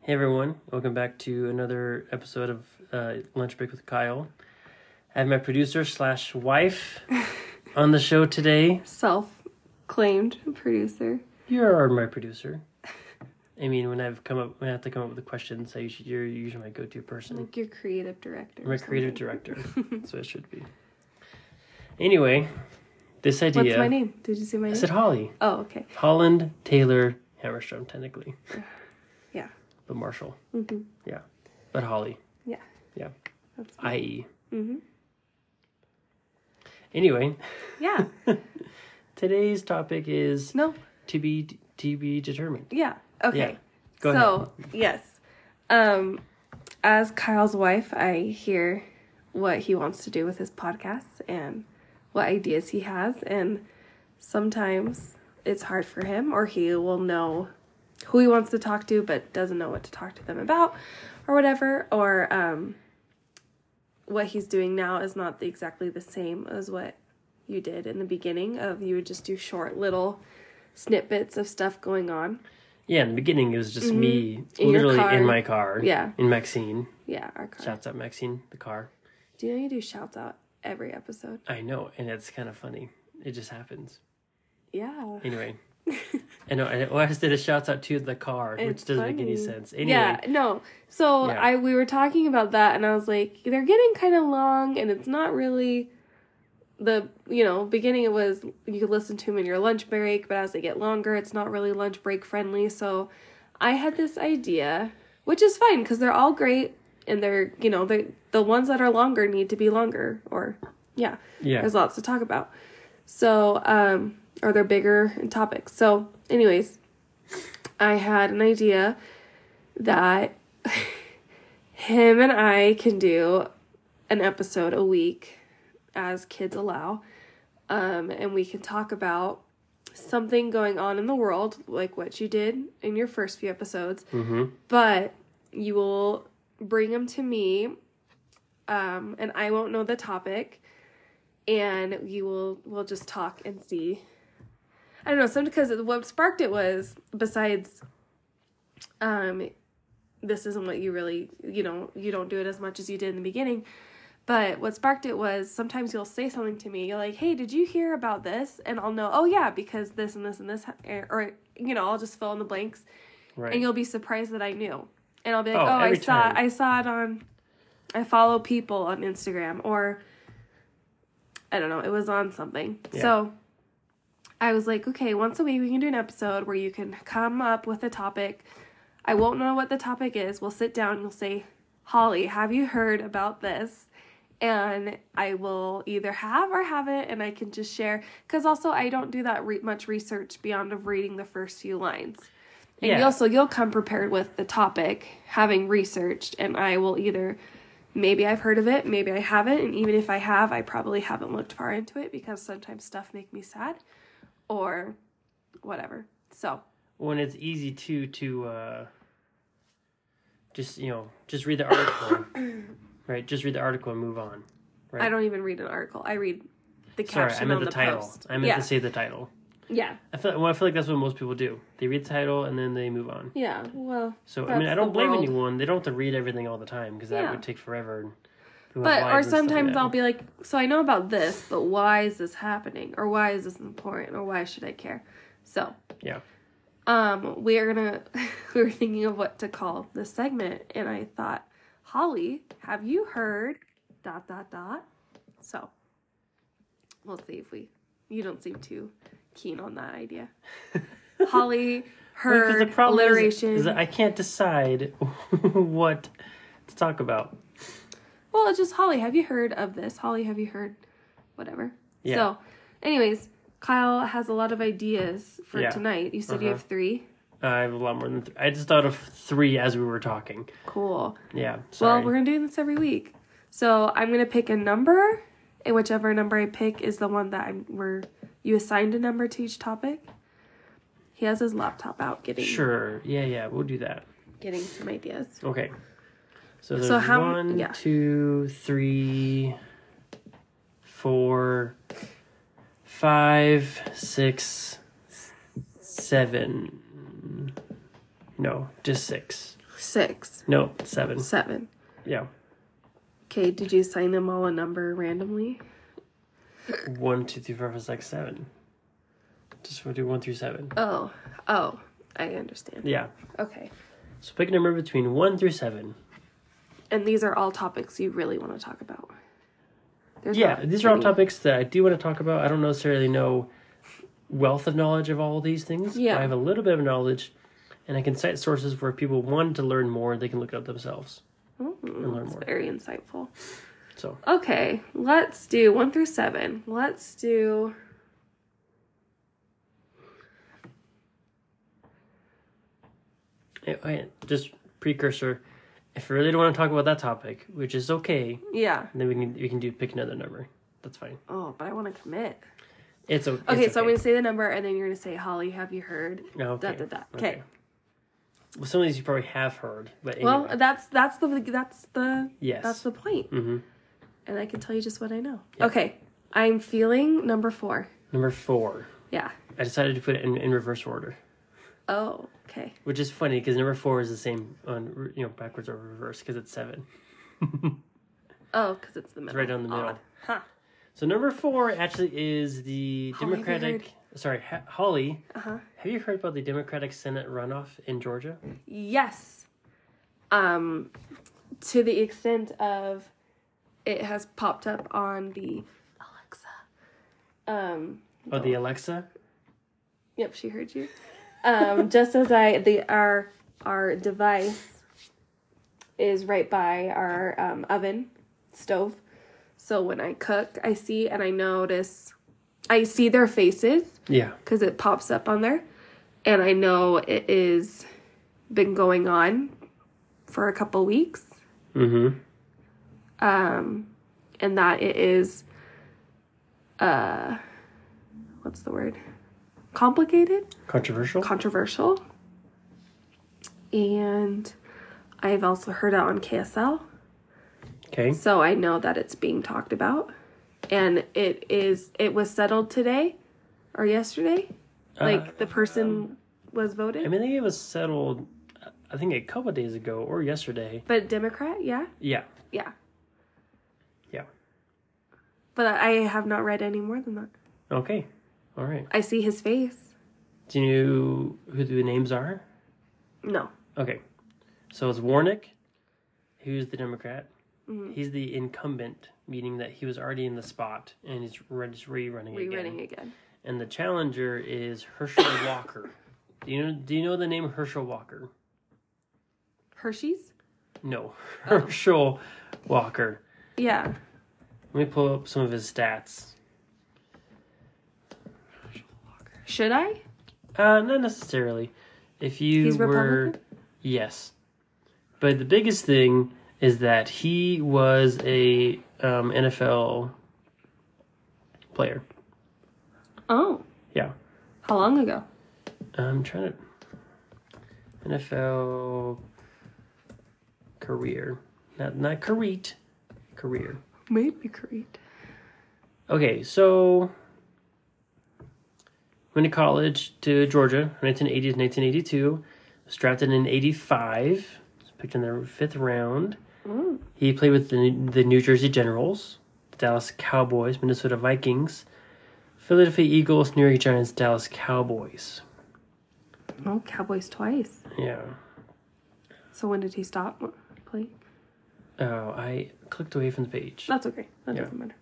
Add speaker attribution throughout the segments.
Speaker 1: Hey everyone, welcome back to another episode of uh, Lunch Break with Kyle. I have my producer slash wife on the show today.
Speaker 2: self claimed producer.
Speaker 1: You are my producer. I mean, when I've come up, when I have to come up with the questions, I usually, you're usually my go-to person.
Speaker 2: Like your creative director.
Speaker 1: I'm a
Speaker 2: or
Speaker 1: creative
Speaker 2: something.
Speaker 1: director, so it should be. Anyway, this idea.
Speaker 2: What's my name? Did you say my
Speaker 1: I
Speaker 2: name?
Speaker 1: said Holly.
Speaker 2: oh, okay.
Speaker 1: Holland Taylor Hammerstrom, technically.
Speaker 2: Yeah.
Speaker 1: But Marshall.
Speaker 2: Mm-hmm.
Speaker 1: But Holly. E.
Speaker 2: Yeah.
Speaker 1: Yeah.
Speaker 2: That's me.
Speaker 1: I.E.
Speaker 2: Mm-hmm.
Speaker 1: Anyway,
Speaker 2: Yeah.
Speaker 1: today's topic is
Speaker 2: No.
Speaker 1: to be to be determined.
Speaker 2: Yeah. Okay.
Speaker 1: Yeah. Go
Speaker 2: so yes, um, as Kyle's wife, I hear what he wants to do with his podcast and what ideas he has, and sometimes it's hard for him, or he will know who he wants to talk to, but doesn't know what to talk to them about, or whatever, or um, what he's doing now is not the- exactly the same as what you did in the beginning of you would just do short little snippets of stuff going on
Speaker 1: Yeah, in the beginning it was just me
Speaker 2: Mm-hmm. In your
Speaker 1: literally
Speaker 2: car.
Speaker 1: in my car.
Speaker 2: Yeah.
Speaker 1: In Maxine.
Speaker 2: Yeah, our car.
Speaker 1: Shouts out Maxine, the car.
Speaker 2: Do you know you do shouts out every episode?
Speaker 1: I know, and it's kind of funny. It just happens.
Speaker 2: Yeah.
Speaker 1: Anyway. I know. I, well, I just did a shouts out to the car, which
Speaker 2: It's
Speaker 1: doesn't make any
Speaker 2: funny.
Speaker 1: sense. Anyway,
Speaker 2: Yeah, no. So
Speaker 1: Yeah.
Speaker 2: I we were talking about that and I was like, they're getting kind of long and it's not really the you know, beginning it was you could listen to them in your lunch break, but as they get longer, it's not really lunch break friendly. So I had this idea, which is fine because they're all great and they're, you know, they the ones that are longer need to be longer or yeah.
Speaker 1: yeah.
Speaker 2: There's lots to talk about. So, um, or they're bigger in topics. So, anyways, I had an idea that him and I can do an episode a week as kids allow. Um, and we can talk about something going on in the world, like what you did in your first few episodes.
Speaker 1: Mhm.
Speaker 2: But you will bring them to me, um, and I won't know the topic and you will we'll just talk and see. I don't know. Some because what sparked it was besides, um, this isn't what you really you know you don't do it as much as you did in the beginning. But what sparked it was sometimes you'll say something to me. You're like, "Hey, did you hear about this?" And I'll know, "Oh yeah, because this and this and this," ha- or you know, I'll just fill in the blanks,
Speaker 1: Right.
Speaker 2: and you'll be surprised that I knew. And I'll be like,
Speaker 1: Oh,
Speaker 2: "Oh, I
Speaker 1: every
Speaker 2: saw
Speaker 1: time.
Speaker 2: I saw it on I follow people on Instagram or I don't know, it was on something."
Speaker 1: Yeah.
Speaker 2: So I was like, "Okay, once a week we can do an episode where you can come up with a topic. I won't know what the topic is. We'll sit down, you'll say, "Holly, have you heard about this?" and I will either have or haven't, and I can just share. Because also, I don't do that re- much research beyond of reading the first few lines. And
Speaker 1: Yeah.
Speaker 2: you'll so you'll come prepared with the topic, having researched, and I will either maybe I've heard of it, maybe I haven't, and even if I have, I probably haven't looked far into it because sometimes stuff make me sad, or whatever. So
Speaker 1: when it's easy to to uh just you know just read the article right just read the article and move on Right.
Speaker 2: I don't even read an article. I read the
Speaker 1: sorry
Speaker 2: caption
Speaker 1: i meant the,
Speaker 2: on the,
Speaker 1: title
Speaker 2: post.
Speaker 1: i meant
Speaker 2: yeah.
Speaker 1: to say the title
Speaker 2: yeah,
Speaker 1: I feel, well, I feel like that's what most people do. They read the title and then they move on.
Speaker 2: yeah. Well,
Speaker 1: So I
Speaker 2: That's
Speaker 1: mean, I don't
Speaker 2: the
Speaker 1: blame
Speaker 2: world.
Speaker 1: anyone. They don't have to read everything all the time because that
Speaker 2: Yeah.
Speaker 1: would take forever. and people have
Speaker 2: But or
Speaker 1: lives and stuff like
Speaker 2: sometimes
Speaker 1: that.
Speaker 2: I'll be like, so I know about this, but why is this happening? Or why is this important? Or why should I care? So
Speaker 1: yeah,
Speaker 2: um, we are gonna we were thinking of what to call this segment, and I thought, Holly, have you heard dot dot dot? So we'll see if we you don't seem too keen on that idea. Holly
Speaker 1: Well, 'cause
Speaker 2: heard
Speaker 1: is-
Speaker 2: alliteration.
Speaker 1: is, that I can't decide what to talk about.
Speaker 2: Well, it's just Holly. Have you heard of this? Holly, have you heard? Whatever.
Speaker 1: Yeah.
Speaker 2: So, anyways, Kyle has a lot of ideas for
Speaker 1: Yeah.
Speaker 2: tonight. You said you
Speaker 1: Uh-huh.
Speaker 2: have three.
Speaker 1: I have a lot more than th- I just thought of three as we were talking.
Speaker 2: Cool.
Speaker 1: Yeah, sorry.
Speaker 2: Well, we're gonna do this every week. So I'm gonna pick a number, and whichever number I pick is the one that I'm where you assigned a number to each topic. He has his laptop out getting
Speaker 1: sure. Yeah, yeah, we'll do that.
Speaker 2: getting some ideas.
Speaker 1: Okay. So there's
Speaker 2: So how-
Speaker 1: one,
Speaker 2: yeah.
Speaker 1: two, three, four, five, six, seven. No, just six.
Speaker 2: Six.
Speaker 1: No, seven.
Speaker 2: Seven.
Speaker 1: Yeah.
Speaker 2: Okay, did you assign them all a number randomly?
Speaker 1: One, two, three, four, five, six, seven. Just we'll do one through seven.
Speaker 2: Oh. Oh, I understand.
Speaker 1: Yeah.
Speaker 2: Okay.
Speaker 1: So pick a number between one through seven.
Speaker 2: And these are all topics you really want to talk about. There's
Speaker 1: Yeah,
Speaker 2: not
Speaker 1: these are all
Speaker 2: any-
Speaker 1: topics that I do want to talk about. I don't necessarily know wealth of knowledge of all of these things. but
Speaker 2: Yeah.
Speaker 1: I have a little bit of knowledge, and I can cite sources where if people want to learn more, they can look it up themselves.
Speaker 2: Mm,
Speaker 1: learn
Speaker 2: that's
Speaker 1: more.
Speaker 2: very insightful.
Speaker 1: So
Speaker 2: Okay, let's do one through seven. Let's do.
Speaker 1: eh, eh, just precursor. If you really don't want to talk about that topic, which is okay,
Speaker 2: Yeah.
Speaker 1: then we can we can do pick another number. That's fine.
Speaker 2: Oh, but I want to commit.
Speaker 1: It's o- it's okay. Oh,
Speaker 2: Okay, so I'm going to say the number and then you're going to say, Holly, have you heard?
Speaker 1: Okay.
Speaker 2: Da, da, da. Okay.
Speaker 1: Well, some of these you probably have heard, but
Speaker 2: Well,
Speaker 1: anyway.
Speaker 2: that's that's the that's the
Speaker 1: yes.
Speaker 2: that's the point.
Speaker 1: hmm
Speaker 2: And I can tell you just what I know.
Speaker 1: Yeah.
Speaker 2: Okay. I'm feeling number 4.
Speaker 1: Number four.
Speaker 2: Yeah.
Speaker 1: I decided to put it in, in reverse order.
Speaker 2: Oh, okay.
Speaker 1: Which is funny because number four is the same on you know backwards or reverse because it's seven.
Speaker 2: Oh, cuz it's the middle.
Speaker 1: right down the middle.
Speaker 2: Odd. Huh.
Speaker 1: So number four actually is the
Speaker 2: Holly, have you
Speaker 1: Democratic. Sorry, ha- Holly.
Speaker 2: Uh-huh.
Speaker 1: Have you heard about the Democratic Senate runoff in Georgia?
Speaker 2: Yes. Um, to the extent of it has popped up on the Alexa. Um,
Speaker 1: Oh, the Alexa.
Speaker 2: yep, she heard you. Um, just as I the our our device is right by our um, oven stove. So when I cook, I see and I notice I see their faces
Speaker 1: Yeah.
Speaker 2: because it pops up on there. And I know it is been going on for a couple weeks.
Speaker 1: Mm-hmm.
Speaker 2: Um, and that it is, uh, what's the word? Complicated,
Speaker 1: Controversial.
Speaker 2: controversial. And I've also heard it on KSL.
Speaker 1: Okay.
Speaker 2: So I know that it's being talked about. And it is, it was settled today or yesterday. Like
Speaker 1: Uh,
Speaker 2: the person was voted,
Speaker 1: I mean, I think it was settled. uh, I think a couple days ago or yesterday.
Speaker 2: but Democrat, yeah,
Speaker 1: Yeah.
Speaker 2: yeah.
Speaker 1: Yeah.
Speaker 2: But I have not read any more than that.
Speaker 1: Okay. All right.
Speaker 2: I see his face.
Speaker 1: Do you know who the names are?
Speaker 2: No.
Speaker 1: Okay. So it's Warnick, who's the Democrat. He's the incumbent, meaning that he was already in the spot and he's re- just rerunning
Speaker 2: Rerunning
Speaker 1: again.
Speaker 2: again.
Speaker 1: And the challenger is Herschel Walker. Do you know? Do you know the name Herschel Walker?
Speaker 2: Hershey's?
Speaker 1: No, Herschel Walker.
Speaker 2: Yeah.
Speaker 1: Let me pull up some of his stats.
Speaker 2: Should I?
Speaker 1: Uh, not necessarily. If you
Speaker 2: He's
Speaker 1: were,
Speaker 2: Republican?
Speaker 1: yes, but the biggest thing is that he was a um, NFL player.
Speaker 2: Oh.
Speaker 1: Yeah,
Speaker 2: How long ago?
Speaker 1: I'm trying to NFL career, not not career, career.
Speaker 2: Maybe Creed.
Speaker 1: Okay, so went to college to Georgia, 1980 to 1982. Was drafted in 85. Was picked in the fifth round.
Speaker 2: Mm.
Speaker 1: He played with the, the New Jersey Generals, Dallas Cowboys, Minnesota Vikings, Philadelphia Eagles, New York Giants, Dallas Cowboys.
Speaker 2: Oh, Cowboys twice.
Speaker 1: Yeah.
Speaker 2: So when did he stop playing?
Speaker 1: Oh, I clicked away from the page.
Speaker 2: That's okay. That
Speaker 1: Yeah.
Speaker 2: doesn't matter.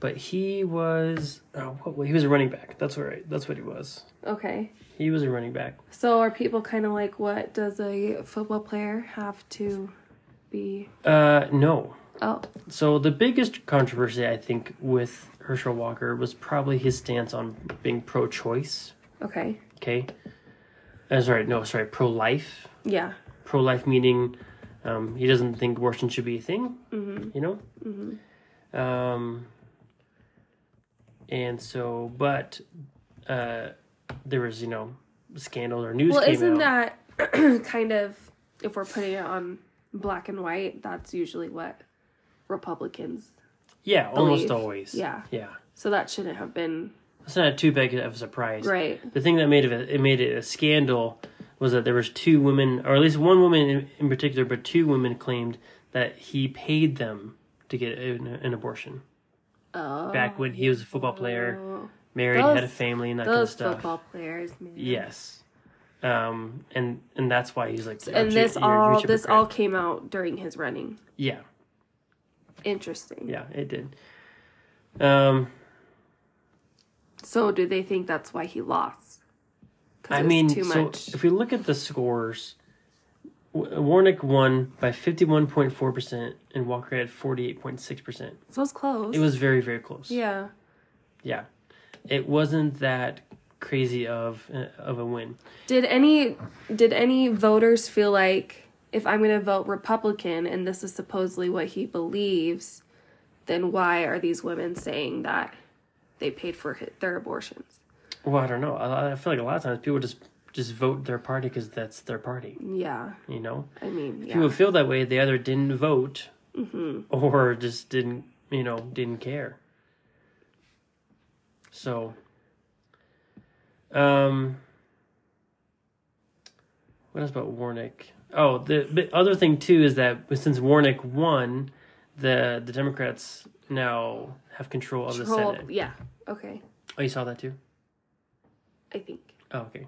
Speaker 1: But he was oh, what, he was a running back. That's all right. That's what he was.
Speaker 2: Okay.
Speaker 1: He was a running back.
Speaker 2: So are people kind of like, what does a football player have to be?
Speaker 1: Uh, no.
Speaker 2: Oh.
Speaker 1: So the biggest controversy I think with Herschel Walker was probably his stance on being pro-choice.
Speaker 2: Okay.
Speaker 1: Okay, uh, sorry, no, sorry, pro-life.
Speaker 2: Yeah.
Speaker 1: Pro-life meaning um, he doesn't think abortion should be a thing.
Speaker 2: Mm-hmm.
Speaker 1: You know.
Speaker 2: Mm-hmm.
Speaker 1: Um, and so, but uh, there was you know scandal or news.
Speaker 2: Well,
Speaker 1: came
Speaker 2: isn't
Speaker 1: out.
Speaker 2: that kind of if we're putting it on black and white, that's usually what Republicans.
Speaker 1: yeah almost
Speaker 2: belief?
Speaker 1: always
Speaker 2: Yeah.
Speaker 1: yeah.
Speaker 2: So that shouldn't have been
Speaker 1: It's not too big of a surprise.
Speaker 2: right.
Speaker 1: The thing that made it it made it a scandal was that there was two women, or at least one woman in, in particular, but two women claimed that he paid them to get an, an abortion
Speaker 2: Oh.
Speaker 1: back when he was a football player,
Speaker 2: Oh.
Speaker 1: married, had a
Speaker 2: Those-
Speaker 1: family, and that kind of
Speaker 2: Those
Speaker 1: stuff.
Speaker 2: football players, man.
Speaker 1: Yes, um, and and that's why he's like.
Speaker 2: And
Speaker 1: "Aren't you-
Speaker 2: this
Speaker 1: you're a
Speaker 2: all
Speaker 1: huge
Speaker 2: this
Speaker 1: hypocrite."
Speaker 2: all came out during his running.
Speaker 1: Yeah,
Speaker 2: Interesting.
Speaker 1: yeah, it did. Um,
Speaker 2: So do they think that's why he lost? 'Cause
Speaker 1: I
Speaker 2: it was
Speaker 1: mean,
Speaker 2: too
Speaker 1: so
Speaker 2: much.
Speaker 1: if we look at the scores, W- Warnick won by fifty-one point four percent, and Walker had forty-eight point six percent.
Speaker 2: so it's close.
Speaker 1: It was very, very close.
Speaker 2: Yeah.
Speaker 1: yeah. It wasn't that crazy of uh, of a win.
Speaker 2: Did any did any voters feel like if I'm going to vote Republican and this is supposedly what he believes, then why are these women saying that they paid for hi- their abortions?
Speaker 1: Well, I don't know. I, I feel like a lot of times people just just vote their party because that's their party.
Speaker 2: Yeah,
Speaker 1: You know,
Speaker 2: I mean, yeah. Mm-hmm.
Speaker 1: people feel that way. They either didn't vote or just didn't, you know, didn't care. So, um, what else about Warnick? Oh, the, the other thing too is that since Warnick won, the the Democrats now have control of the
Speaker 2: Control-
Speaker 1: Senate.
Speaker 2: yeah. Okay.
Speaker 1: Oh, you saw that too.
Speaker 2: I think.
Speaker 1: Oh, okay.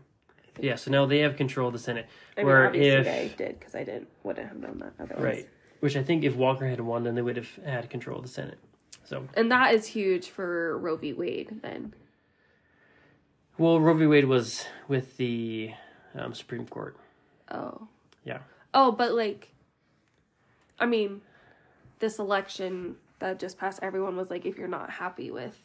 Speaker 1: Yeah, so now they have control of the Senate.
Speaker 2: I mean,
Speaker 1: where
Speaker 2: obviously
Speaker 1: if
Speaker 2: I did because I didn't wouldn't have known that otherwise.
Speaker 1: Right. Which I think if Walker had won, then they would have had control of the Senate. So,
Speaker 2: And that is huge for Roe v. Wade. Then.
Speaker 1: well, Roe v. Wade was with the um, Supreme Court.
Speaker 2: Oh.
Speaker 1: Yeah.
Speaker 2: Oh, but like, I mean, this election that just passed, everyone was like, if you're not happy with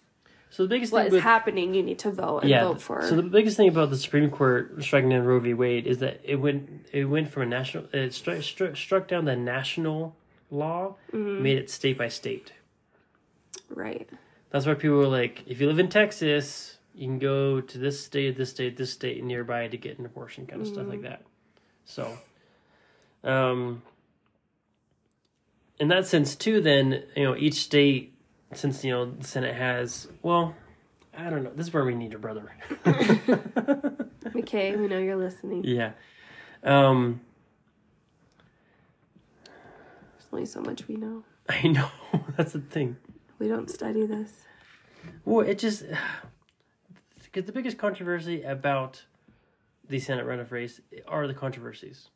Speaker 1: So the biggest
Speaker 2: what
Speaker 1: thing
Speaker 2: is
Speaker 1: with
Speaker 2: happening, you need to vote and
Speaker 1: yeah,
Speaker 2: vote for.
Speaker 1: so the biggest thing about the Supreme Court striking down Roe v. Wade is that it went it went from a national it struck struck, struck down the national law,
Speaker 2: Mm-hmm.
Speaker 1: made it state by state.
Speaker 2: right.
Speaker 1: That's why people were like, if you live in Texas, you can go to this state, this state, this state nearby to get an abortion, kind of stuff like that. So, um, in that sense, too, then, you know, each state, since, you know, the Senate has, well, I don't know. This is where we need a brother.
Speaker 2: Okay, we know you're listening.
Speaker 1: yeah. Um,
Speaker 2: There's only so much we know.
Speaker 1: I know. That's the thing.
Speaker 2: We don't study this.
Speaker 1: Well, it just because the biggest controversy about the Senate runoff race are the controversies.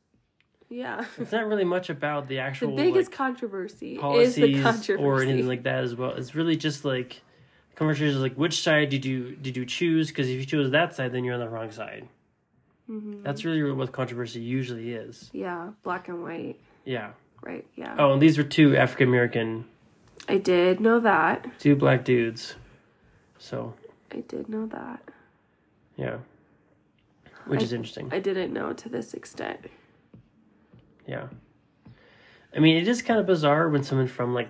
Speaker 2: Yeah.
Speaker 1: It's not really much about the
Speaker 2: The
Speaker 1: actual
Speaker 2: biggest
Speaker 1: like,
Speaker 2: controversy is
Speaker 1: policies
Speaker 2: the controversy.
Speaker 1: or anything like that as well. It's really just like controversies like which side did you did you choose? Because if you chose that side, then you're on the wrong side. That's really what controversy usually is.
Speaker 2: Mm-hmm. yeah, black and white.
Speaker 1: Yeah.
Speaker 2: Right. Yeah.
Speaker 1: Oh, and these were two African American,
Speaker 2: I did know that.
Speaker 1: two black dudes. So
Speaker 2: I did know that.
Speaker 1: yeah, which is interesting.
Speaker 2: I didn't know to this extent.
Speaker 1: Yeah. I mean, it is kind of bizarre when someone from like,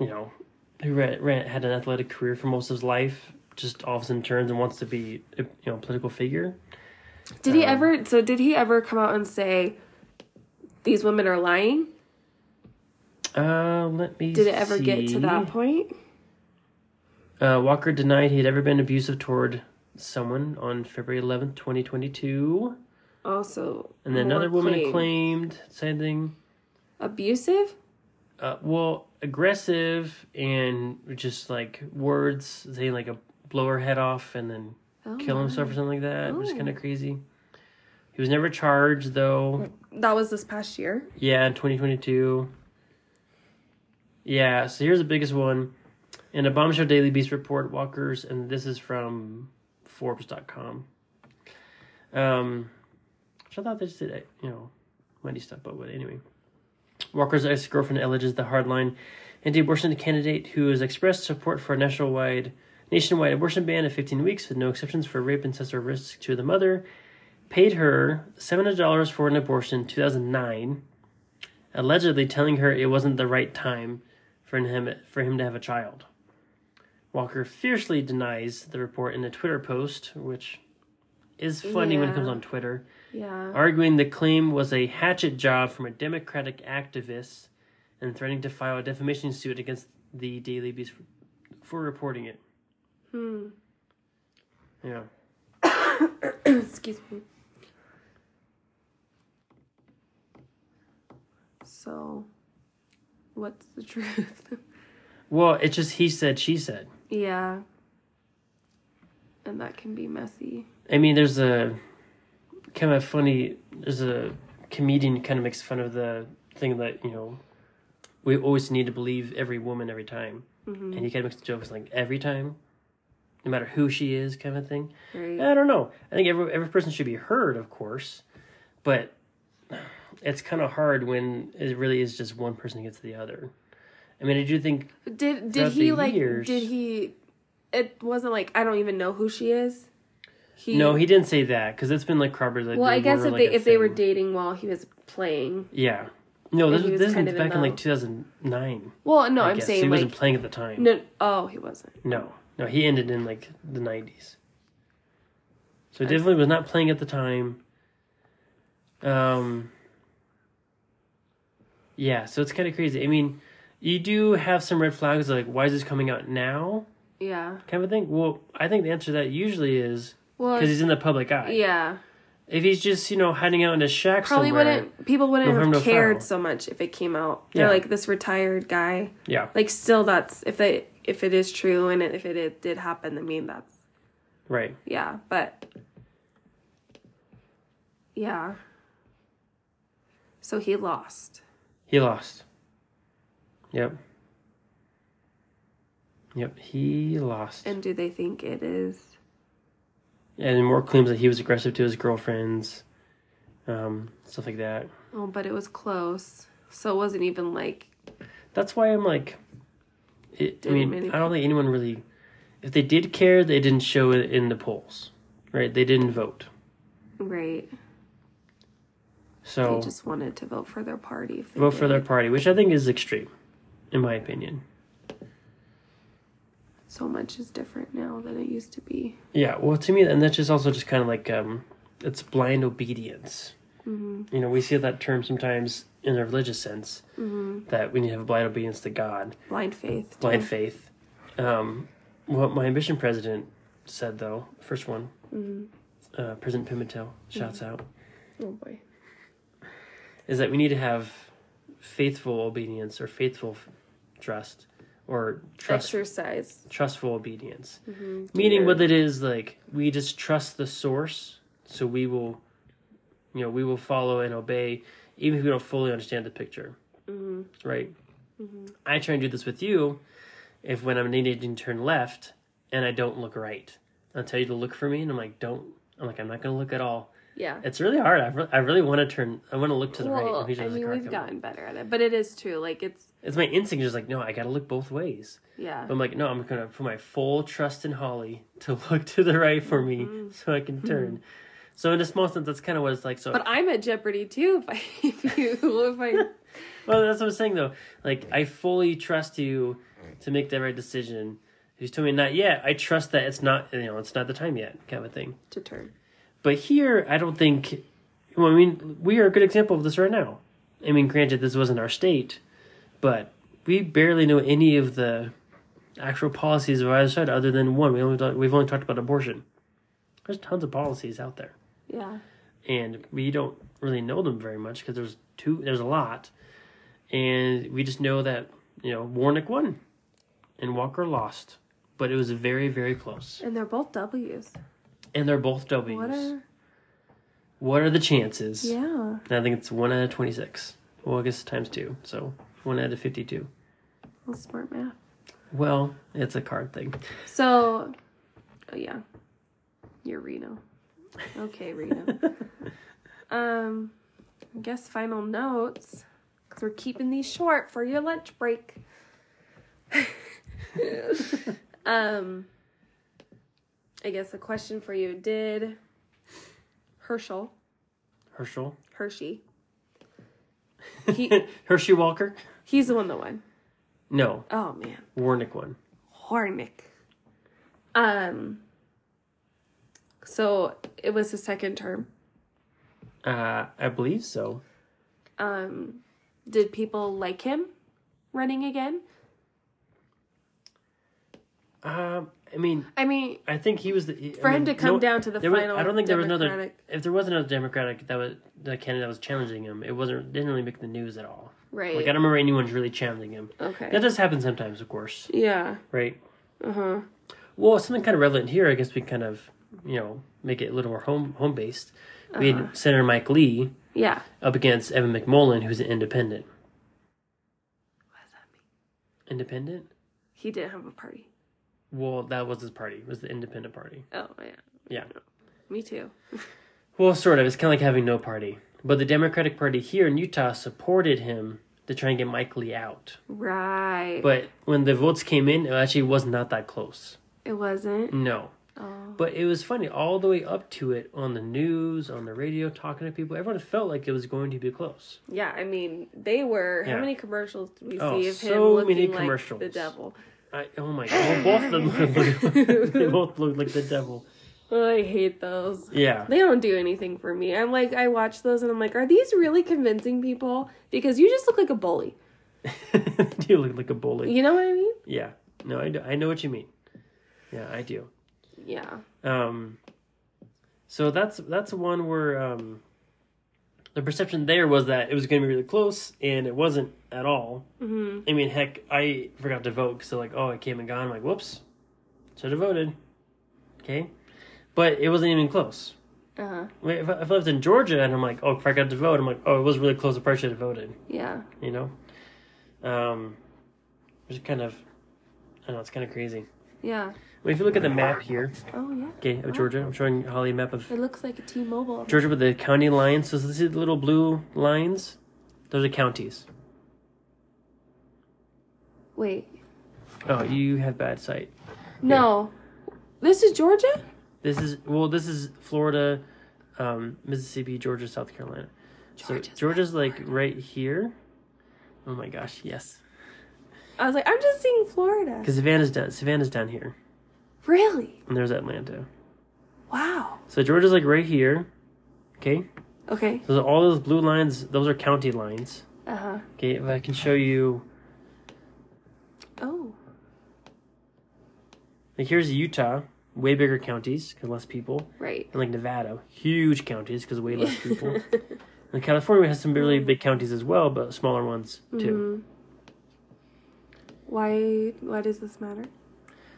Speaker 1: you know, who ran, ran, had an athletic career for most of his life just all of a sudden turns and wants to be, a, you know, political figure.
Speaker 2: Did
Speaker 1: Um,
Speaker 2: he ever? So did he ever come out and say these women are lying?
Speaker 1: Uh, let me.
Speaker 2: Did it ever get to that
Speaker 1: see.
Speaker 2: point?
Speaker 1: Uh, Walker denied he had ever been abusive toward someone on February eleventh, twenty twenty-two,
Speaker 2: Also,
Speaker 1: and then
Speaker 2: more
Speaker 1: another woman
Speaker 2: claim.
Speaker 1: claimed same thing.
Speaker 2: abusive.
Speaker 1: Uh, well, aggressive and just like words saying like a blow her head off and then
Speaker 2: Oh,
Speaker 1: kill himself or something like that. It was
Speaker 2: Oh.
Speaker 1: kind of crazy. He was never charged though.
Speaker 2: That was this past year.
Speaker 1: Yeah, in 2022. Yeah, so here's the biggest one. In a bombshell Daily Beast report, Walker's, and this is from Forbes.com. Um, which I thought they just did, uh, you know, mighty stuff, but what anyway. Walker's ex girlfriend alleges the hardline anti abortion candidate who has expressed support for a nationwide, nationwide abortion ban of 15 weeks with no exceptions for rape, incest, or risk to the mother paid her $700 for an abortion in 2009 allegedly telling her it wasn't the right time for him for him to have a child. Walker fiercely denies the report in a Twitter post, which is funny when it
Speaker 2: Yeah.
Speaker 1: comes on Twitter,
Speaker 2: Yeah.
Speaker 1: arguing the claim was a hatchet job from a Democratic activist and threatening to file a defamation suit against the Daily Beast for, for reporting it.
Speaker 2: Hmm.
Speaker 1: Yeah.
Speaker 2: Excuse me. So, what's the truth?
Speaker 1: Well, it's just he said, she said.
Speaker 2: yeah. And that can be messy.
Speaker 1: I mean, there's a kind of funny. There's a comedian kind of makes fun of the thing that you know we always need to believe every woman every time,
Speaker 2: Mhm.
Speaker 1: and he kind of makes jokes like every time, no matter who she is, kind of thing.
Speaker 2: Right?
Speaker 1: I don't know. I think every every person should be heard, of course, but it's kind of hard when it really is just one person against the other. I mean, I do think
Speaker 2: Did did
Speaker 1: throughout
Speaker 2: he
Speaker 1: the
Speaker 2: like?
Speaker 1: years-
Speaker 2: Did he? It wasn't like I don't even know who she is. He,
Speaker 1: no, he didn't say that because it's been like corroborated. like,
Speaker 2: Well,
Speaker 1: they're
Speaker 2: I guess
Speaker 1: more
Speaker 2: if
Speaker 1: like
Speaker 2: they
Speaker 1: a
Speaker 2: if they were
Speaker 1: thing.
Speaker 2: dating while he was playing.
Speaker 1: Yeah. No, this
Speaker 2: he
Speaker 1: was,
Speaker 2: was
Speaker 1: this is
Speaker 2: kind of in
Speaker 1: back in like
Speaker 2: love.
Speaker 1: 2009.
Speaker 2: Well, no,
Speaker 1: I
Speaker 2: I'm
Speaker 1: guess.
Speaker 2: saying
Speaker 1: he
Speaker 2: like
Speaker 1: wasn't playing at the time.
Speaker 2: no. Oh, he wasn't.
Speaker 1: No, no, he ended in like the 90s. So
Speaker 2: I see.
Speaker 1: definitely was not playing at the time. Um. Yeah, so it's kind of crazy. I mean, you do have some red flags like, why is this coming out now?
Speaker 2: Yeah.
Speaker 1: Kind of thing. Well, I think the answer to that usually is
Speaker 2: Well,
Speaker 1: because he's in the public eye.
Speaker 2: yeah.
Speaker 1: If he's just you know hiding out in a shack
Speaker 2: Probably
Speaker 1: somewhere.
Speaker 2: wouldn't. People wouldn't
Speaker 1: no harm, no
Speaker 2: have cared
Speaker 1: foul.
Speaker 2: so much if it came out. They're
Speaker 1: Yeah.
Speaker 2: like this retired guy.
Speaker 1: Yeah.
Speaker 2: Like still, that's if they if it is true and if it, it did happen. I mean, that's
Speaker 1: Right.
Speaker 2: yeah. But yeah. So he lost.
Speaker 1: He lost. Yep. Yep, he lost. And,
Speaker 2: And do they think it is?
Speaker 1: more claims that he was aggressive to his girlfriends, um, stuff like that.
Speaker 2: Oh, but it was close. So it wasn't even like
Speaker 1: That's why I'm like, it, I
Speaker 2: Didn't
Speaker 1: mean,
Speaker 2: really-
Speaker 1: I don't think anyone really. If they did care, they didn't show it in the polls, right? They didn't vote.
Speaker 2: right.
Speaker 1: So
Speaker 2: They just wanted to vote for their party. if they
Speaker 1: vote for
Speaker 2: did.
Speaker 1: their party, which I think is extreme, in my opinion.
Speaker 2: So much is different now than it used to be.
Speaker 1: Yeah, well, to me, and that's just also just kind of like um, it's blind obedience.
Speaker 2: Mm-hmm,
Speaker 1: You know, we see that term sometimes in a religious sense that we need to have blind obedience to God,
Speaker 2: mm-hmm. Blind faith.
Speaker 1: blind faith. Um, what my ambition president said though, first one, uh, President Pimentel, shouts out,
Speaker 2: Mm-hmm. Oh boy.
Speaker 1: is that we need to have faithful obedience or faithful f- trust or trust
Speaker 2: Exercise.
Speaker 1: trustful obedience. Meaning, what it is like, we just trust the source, so we will, you know, we will follow and obey, even if we don't fully understand the picture,
Speaker 2: Mm-hmm.
Speaker 1: right? I try and do this with you, if when I'm needing to turn left and I don't look right, I'll tell you to look for me, and I'm like, don't. I'm like, I'm not gonna look at all.
Speaker 2: Yeah.
Speaker 1: It's really hard. I, re- I really want to turn. I want to look to the right.
Speaker 2: Well,
Speaker 1: and he's
Speaker 2: I
Speaker 1: just like,
Speaker 2: mean,
Speaker 1: "All right,
Speaker 2: we've
Speaker 1: come on."
Speaker 2: gotten better at it, but it is true. Like it's
Speaker 1: It's my instinct. Just like, no, I gotta look both ways.
Speaker 2: yeah.
Speaker 1: But I'm like, no, I'm gonna put my full trust in Holly to look to the right for me
Speaker 2: Mm-hmm.
Speaker 1: so I can turn. So in a small sense, that's kind of what it's like. So,
Speaker 2: But I'm at jeopardy too if I if you if I
Speaker 1: well, that's what I'm saying though. Like, I fully trust you to make the right decision. He's told me not yet. I trust that it's not, you know, it's not the time yet, kind of thing.
Speaker 2: to turn.
Speaker 1: But here, I don't think. Well, I mean, we are a good example of this right now. I mean, granted, this wasn't our state, but we barely know any of the actual policies of either side, other than one. We only talk, we've only talked about abortion. There's tons of policies out there,
Speaker 2: Yeah.
Speaker 1: and we don't really know them very much because there's two. There's a lot, and we just know that you know Warnick won, and Walker lost, but it was very very close,
Speaker 2: And they're both W's.
Speaker 1: and they're both W's.
Speaker 2: What a
Speaker 1: What are the chances?
Speaker 2: yeah.
Speaker 1: And I think it's one out of 26. Well, I guess times two. So one out of 52.
Speaker 2: Well, smart math.
Speaker 1: Well, it's a card thing.
Speaker 2: So oh yeah. You're Reno. Okay, Reno. um I guess final notes. Cause we're keeping these short for your lunch break. um I guess a question for you. Did Herschel
Speaker 1: Herschel.
Speaker 2: Hershey He-
Speaker 1: Hershey Walker?
Speaker 2: he's the one that won.
Speaker 1: No,
Speaker 2: Oh man.
Speaker 1: Warnick one.
Speaker 2: Hornick. Um. So it was his second term.
Speaker 1: Uh, I believe so.
Speaker 2: Um, did people like him running again?
Speaker 1: Um, I mean,
Speaker 2: I mean,
Speaker 1: I think he was the he-
Speaker 2: for
Speaker 1: I
Speaker 2: him to
Speaker 1: mean,
Speaker 2: come
Speaker 1: no-
Speaker 2: down to the
Speaker 1: there was-
Speaker 2: final.
Speaker 1: I don't think there was another.
Speaker 2: Democratic-
Speaker 1: If there was another Democratic that was the candidate that was challenging him, it wasn't didn't really make the news at all.
Speaker 2: Right.
Speaker 1: Like I don't remember anyone's really challenging him.
Speaker 2: okay.
Speaker 1: That does happen sometimes, of course,
Speaker 2: yeah.
Speaker 1: right?
Speaker 2: Uh huh.
Speaker 1: Well, something kind of relevant here. I guess we kind of you know make it a little more home home based. We
Speaker 2: Uh-huh.
Speaker 1: had Senator Mike Lee
Speaker 2: Yeah.
Speaker 1: up against Evan McMullen, who's an independent.
Speaker 2: What does that mean?
Speaker 1: Independent?
Speaker 2: He didn't have a party.
Speaker 1: Well, that was his party. It was the independent party?
Speaker 2: Oh yeah.
Speaker 1: Yeah.
Speaker 2: Me too.
Speaker 1: Well, sort of. It's kind of like having no party. But the Democratic Party here in Utah supported him to try and get Mike Lee out.
Speaker 2: Right.
Speaker 1: But when the votes came in, it actually was not that close.
Speaker 2: it wasn't.
Speaker 1: No.
Speaker 2: Oh.
Speaker 1: But it was funny. All the way up to it, on the news, on the radio, talking to people, everyone felt like it was going to be close.
Speaker 2: Yeah. I mean, they were.
Speaker 1: Yeah.
Speaker 2: How many commercials did we see
Speaker 1: Oh,
Speaker 2: of him
Speaker 1: so
Speaker 2: looking
Speaker 1: many
Speaker 2: like
Speaker 1: commercials.
Speaker 2: the devil?
Speaker 1: I, oh my god. Well, both of them looked, they both looked like the devil.
Speaker 2: Oh, I hate those.
Speaker 1: Yeah.
Speaker 2: They don't do anything for me. I'm like, I watch those and I'm like, are these really convincing people? Because you just look like a bully.
Speaker 1: you look like a bully.
Speaker 2: You know what I mean?
Speaker 1: Yeah. No, I, do- I know what you mean. Yeah, I do.
Speaker 2: Yeah.
Speaker 1: Um, so that's that's one where um, the perception there was that it was going to be really close, and it wasn't at all.
Speaker 2: hmm
Speaker 1: I mean, heck, I forgot to vote because like, oh, it came and gone. I'm like, whoops, should have voted. Okay, but it wasn't even close.
Speaker 2: Uh huh.
Speaker 1: Wait, If I, if I lived in Georgia and I'm like, oh, I forgot to vote, I'm like, oh, it was really close. I probably should have voted.
Speaker 2: Yeah.
Speaker 1: You know, um, which is kind of, I don't know, it's kind of crazy.
Speaker 2: Yeah.
Speaker 1: I mean, if you look at the map here,
Speaker 2: Oh yeah.
Speaker 1: okay, of Georgia, I'm showing Holly a map of
Speaker 2: It looks like a T-Mobile.
Speaker 1: Georgia with the county lines. So see the little blue lines? Those are counties.
Speaker 2: Wait.
Speaker 1: Oh, you have bad sight.
Speaker 2: No. This is Georgia?
Speaker 1: This is well. This is Florida, um, Mississippi, Georgia, South Carolina. so
Speaker 2: Georgia's
Speaker 1: Georgia's like right here. Oh my gosh, yes.
Speaker 2: I was like, I'm just seeing Florida.
Speaker 1: Because Savannah's down. Savannah's down here,
Speaker 2: Really?
Speaker 1: and there's Atlanta.
Speaker 2: Wow.
Speaker 1: So Georgia's like right here. Okay.
Speaker 2: Okay.
Speaker 1: So all those blue lines, those are county lines.
Speaker 2: Uh huh.
Speaker 1: Okay. If I can show you,
Speaker 2: Oh.
Speaker 1: like here's Utah, way bigger counties because less people.
Speaker 2: Right.
Speaker 1: and like Nevada, huge counties because way less people. and California has some really big counties as well, but smaller ones too.
Speaker 2: Mhm. Mm-hmm. Why? Why does this matter?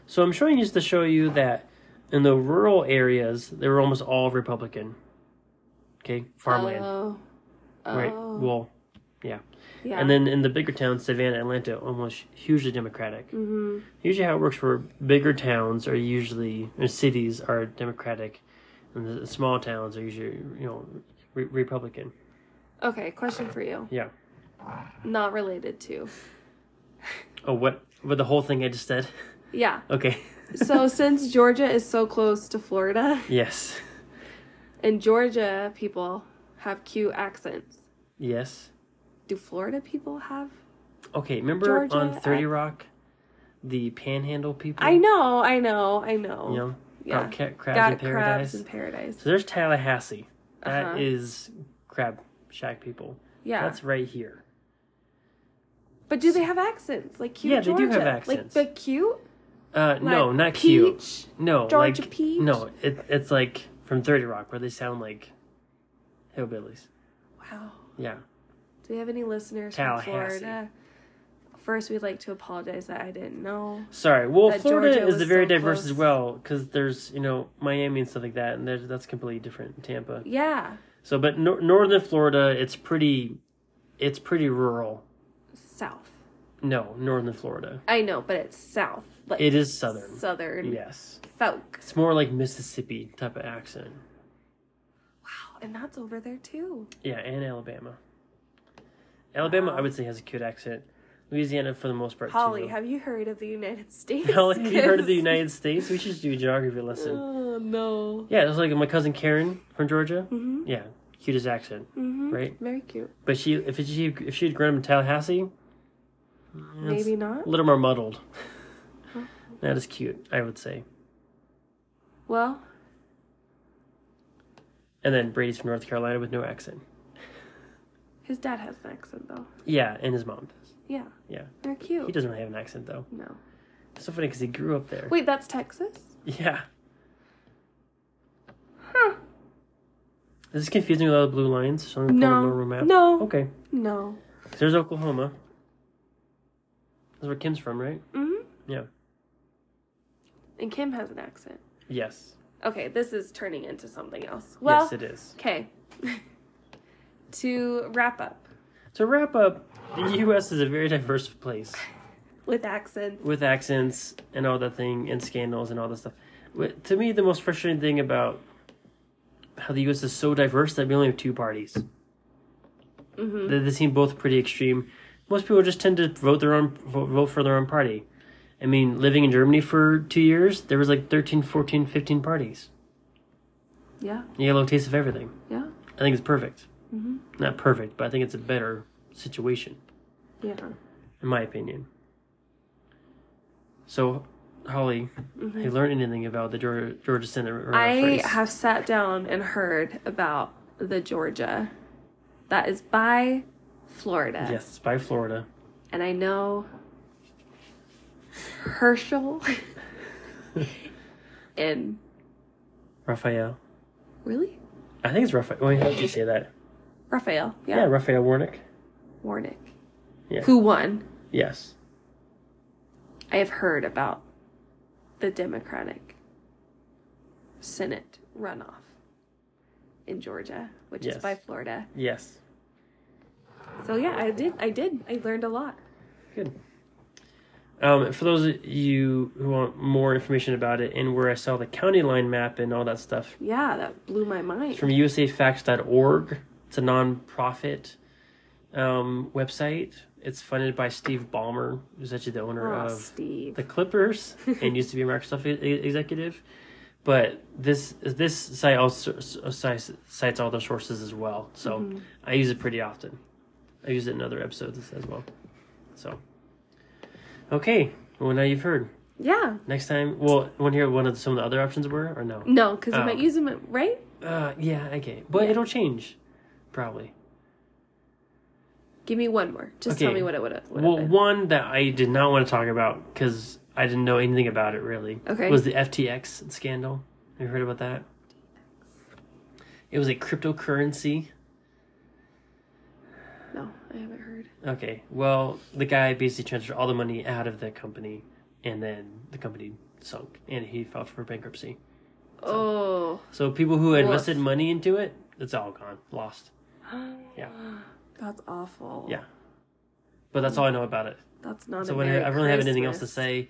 Speaker 1: So I'm showing you just to show you that in the rural areas, they were almost all Republican. Okay, farmland,
Speaker 2: Oh. Oh.
Speaker 1: right? Well,
Speaker 2: Yeah.
Speaker 1: and then in the bigger towns, Savannah, Atlanta, almost hugely Democratic.
Speaker 2: hmm
Speaker 1: Usually, how it works for bigger towns are usually or cities are Democratic, and the small towns are usually you know re- Republican.
Speaker 2: Okay. Question for you.
Speaker 1: Yeah.
Speaker 2: Not related to.
Speaker 1: Oh, what? What the whole thing I just said?
Speaker 2: Yeah.
Speaker 1: Okay.
Speaker 2: So since Georgia is so close to Florida,
Speaker 1: Yes.
Speaker 2: and Georgia people have cute accents,
Speaker 1: Yes.
Speaker 2: do Florida people have?
Speaker 1: Okay, remember
Speaker 2: Georgia,
Speaker 1: on 30
Speaker 2: uh,
Speaker 1: Rock, the panhandle people?
Speaker 2: I know. I know. I know.
Speaker 1: You know,
Speaker 2: yeah.
Speaker 1: about Oh, ca- crabs
Speaker 2: Got
Speaker 1: in paradise.
Speaker 2: crabs in paradise.
Speaker 1: so there's Tallahassee.
Speaker 2: Uh-huh.
Speaker 1: That is crab shack people.
Speaker 2: Yeah.
Speaker 1: That's right here.
Speaker 2: But do they have accents? Like cute
Speaker 1: Yeah, they do
Speaker 2: Georgia?
Speaker 1: have accents.
Speaker 2: Like the cute?
Speaker 1: Uh, no,
Speaker 2: Like
Speaker 1: not cute.
Speaker 2: peach?
Speaker 1: No,
Speaker 2: Georgia
Speaker 1: like,
Speaker 2: peach?
Speaker 1: No, it, it's like from 30 Rock where they sound like hillbillies.
Speaker 2: Wow.
Speaker 1: Yeah.
Speaker 2: Do we have any listeners from
Speaker 1: Tallahassee.
Speaker 2: Florida? First, we'd like to apologize that I didn't know.
Speaker 1: Sorry. Well,
Speaker 2: That
Speaker 1: Florida
Speaker 2: Georgia
Speaker 1: is
Speaker 2: was
Speaker 1: the very
Speaker 2: so
Speaker 1: diverse as
Speaker 2: close.
Speaker 1: well because there's, you know, Miami and stuff like that, and there's, that's completely different. Tampa.
Speaker 2: Yeah.
Speaker 1: So, but nor- northern Florida, it's pretty, it's pretty rural.
Speaker 2: South.
Speaker 1: No, northern Florida.
Speaker 2: I know, but it's south. Like
Speaker 1: It is southern.
Speaker 2: Southern
Speaker 1: Yes,
Speaker 2: folk.
Speaker 1: it's more like Mississippi type of accent.
Speaker 2: Wow. And that's over there too.
Speaker 1: Yeah, and Alabama. Alabama,
Speaker 2: Wow.
Speaker 1: I would say, has a cute accent. Louisiana, for the most part,
Speaker 2: Holly,
Speaker 1: too.
Speaker 2: have you heard of the United States?
Speaker 1: Holly, have you heard of the
Speaker 2: 'Cause-
Speaker 1: United States? We should do a geography lesson.
Speaker 2: Oh, no.
Speaker 1: Yeah, it was like my cousin Karen from Georgia.
Speaker 2: Mm-hmm.
Speaker 1: Yeah, cutest accent,
Speaker 2: Mm-hmm.
Speaker 1: right?
Speaker 2: Very cute.
Speaker 1: But she, if she, if she had grown up in Tallahassee, mm, it's-
Speaker 2: Maybe not.
Speaker 1: a little more muddled. Not as cute, I would say.
Speaker 2: Well,
Speaker 1: And then Brady's from North Carolina with no accent.
Speaker 2: his dad has an accent though.
Speaker 1: Yeah, and his mom does.
Speaker 2: Yeah.
Speaker 1: Yeah.
Speaker 2: They're
Speaker 1: He
Speaker 2: cute.
Speaker 1: doesn't really have an accent though.
Speaker 2: No.
Speaker 1: It's so funny because he grew up there.
Speaker 2: Wait, that's Texas?
Speaker 1: Yeah.
Speaker 2: Huh.
Speaker 1: Is this confusing with all the blue lines? Shall we pull
Speaker 2: No.
Speaker 1: a little map?
Speaker 2: No.
Speaker 1: Okay.
Speaker 2: No.
Speaker 1: So there's Oklahoma. That's where Kim's from, right?
Speaker 2: hmm
Speaker 1: Yeah.
Speaker 2: And Kim has an accent.
Speaker 1: Yes.
Speaker 2: Okay, this is turning into something else. Well,
Speaker 1: yes, it is.
Speaker 2: okay. to wrap up
Speaker 1: To wrap up, the U.S. is a very diverse place
Speaker 2: with accents.
Speaker 1: with accents and all that thing and scandals and all that stuff. Wh- To me, the most frustrating thing about how the U.S. is so diverse that we only have two parties.
Speaker 2: hmm
Speaker 1: They, they seem both pretty extreme. Most people just tend to vote their own vote, vote for their own party. I mean, living in Germany for two years, there was like 13, 14, 15 parties.
Speaker 2: Yeah,
Speaker 1: You get a little taste of everything.
Speaker 2: yeah,
Speaker 1: I think it's perfect.
Speaker 2: Mhm.
Speaker 1: Not perfect, but I think it's a better situation,
Speaker 2: yeah.
Speaker 1: in my opinion. So, Holly, have you learned anything about the Georgia, Georgia Senate? r-
Speaker 2: Mm-hmm. I
Speaker 1: race?
Speaker 2: have sat down and heard about the Georgia that is by Florida.
Speaker 1: Yes, by Florida.
Speaker 2: And I know Herschel and
Speaker 1: Raphael.
Speaker 2: really?
Speaker 1: I think it's Raphael. Wait, how did you say that?
Speaker 2: Raphael. Yeah.
Speaker 1: Yeah, Raphael Warnick.
Speaker 2: Warnick.
Speaker 1: Yeah.
Speaker 2: Who won?
Speaker 1: Yes.
Speaker 2: I have heard about the Democratic Senate runoff in Georgia, which
Speaker 1: Yes.
Speaker 2: is by Florida.
Speaker 1: Yes.
Speaker 2: So yeah, I did I did. I learned a lot.
Speaker 1: Good. Um, for those of you who want more information about it and where I saw the county line map and all that stuff,
Speaker 2: Yeah, that blew my mind.
Speaker 1: it's from usafacts.org. It's a nonprofit um, website. It's funded by Steve Ballmer, who's actually the owner
Speaker 2: Aw,
Speaker 1: of
Speaker 2: Steve.
Speaker 1: the Clippers and used to be a Microsoft e- executive. But this this site also cites cites all their sources as well. So I use it pretty often. I use it in other episodes as well. So okay, well now you've heard.
Speaker 2: yeah.
Speaker 1: Next time, well, want to hear what some of the other options were or no?
Speaker 2: No, because
Speaker 1: Oh.
Speaker 2: you might use them, at- right?
Speaker 1: Uh, yeah, okay, but
Speaker 2: Yeah.
Speaker 1: it'll change, probably.
Speaker 2: Give me one more. Just
Speaker 1: Okay.
Speaker 2: tell me what it would have.
Speaker 1: Well, one that I did not want to talk about because I didn't know anything about it really.
Speaker 2: Okay.
Speaker 1: Was the FTX scandal? Have you heard about that? It was a cryptocurrency.
Speaker 2: no, I haven't heard.
Speaker 1: Okay. Well, the guy basically transferred all the money out of the company, and then the company sunk, and he filed for bankruptcy.
Speaker 2: Oh,
Speaker 1: So people who
Speaker 2: Woof.
Speaker 1: invested money into it, it's all gone, lost.
Speaker 2: yeah. That's awful.
Speaker 1: Yeah. But that's all I know about it.
Speaker 2: That's not.
Speaker 1: So
Speaker 2: a
Speaker 1: when I,
Speaker 2: Merry
Speaker 1: I really have anything else to
Speaker 2: Christmas.
Speaker 1: say,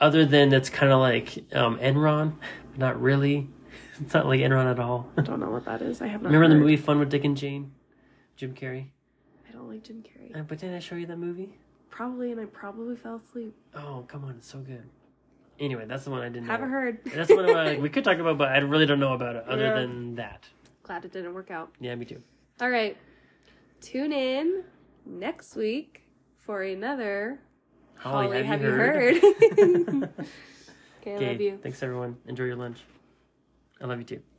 Speaker 1: other than it's kind of like um, Enron, not really. It's not like Enron at all.
Speaker 2: I don't know what that is. I have not.
Speaker 1: Remember the
Speaker 2: heard.
Speaker 1: movie Fun with Dick and Jane, Jim Carrey.
Speaker 2: I don't like Jim Carrey.
Speaker 1: Uh, but didn't I show you that movie?
Speaker 2: Probably, and I probably fell asleep.
Speaker 1: Oh come on, it's so good. Anyway, that's the one I didn't.
Speaker 2: Haven't
Speaker 1: know.
Speaker 2: heard.
Speaker 1: That's the one I,
Speaker 2: uh,
Speaker 1: like, we could talk about, but I really don't know about it. Other
Speaker 2: Yeah.
Speaker 1: than that,
Speaker 2: Glad it didn't work out.
Speaker 1: yeah, me too.
Speaker 2: All right. Tune in next week for another
Speaker 1: Holly,
Speaker 2: have, you heard? okay, I love you.
Speaker 1: Thanks everyone. Enjoy your lunch. I love you too.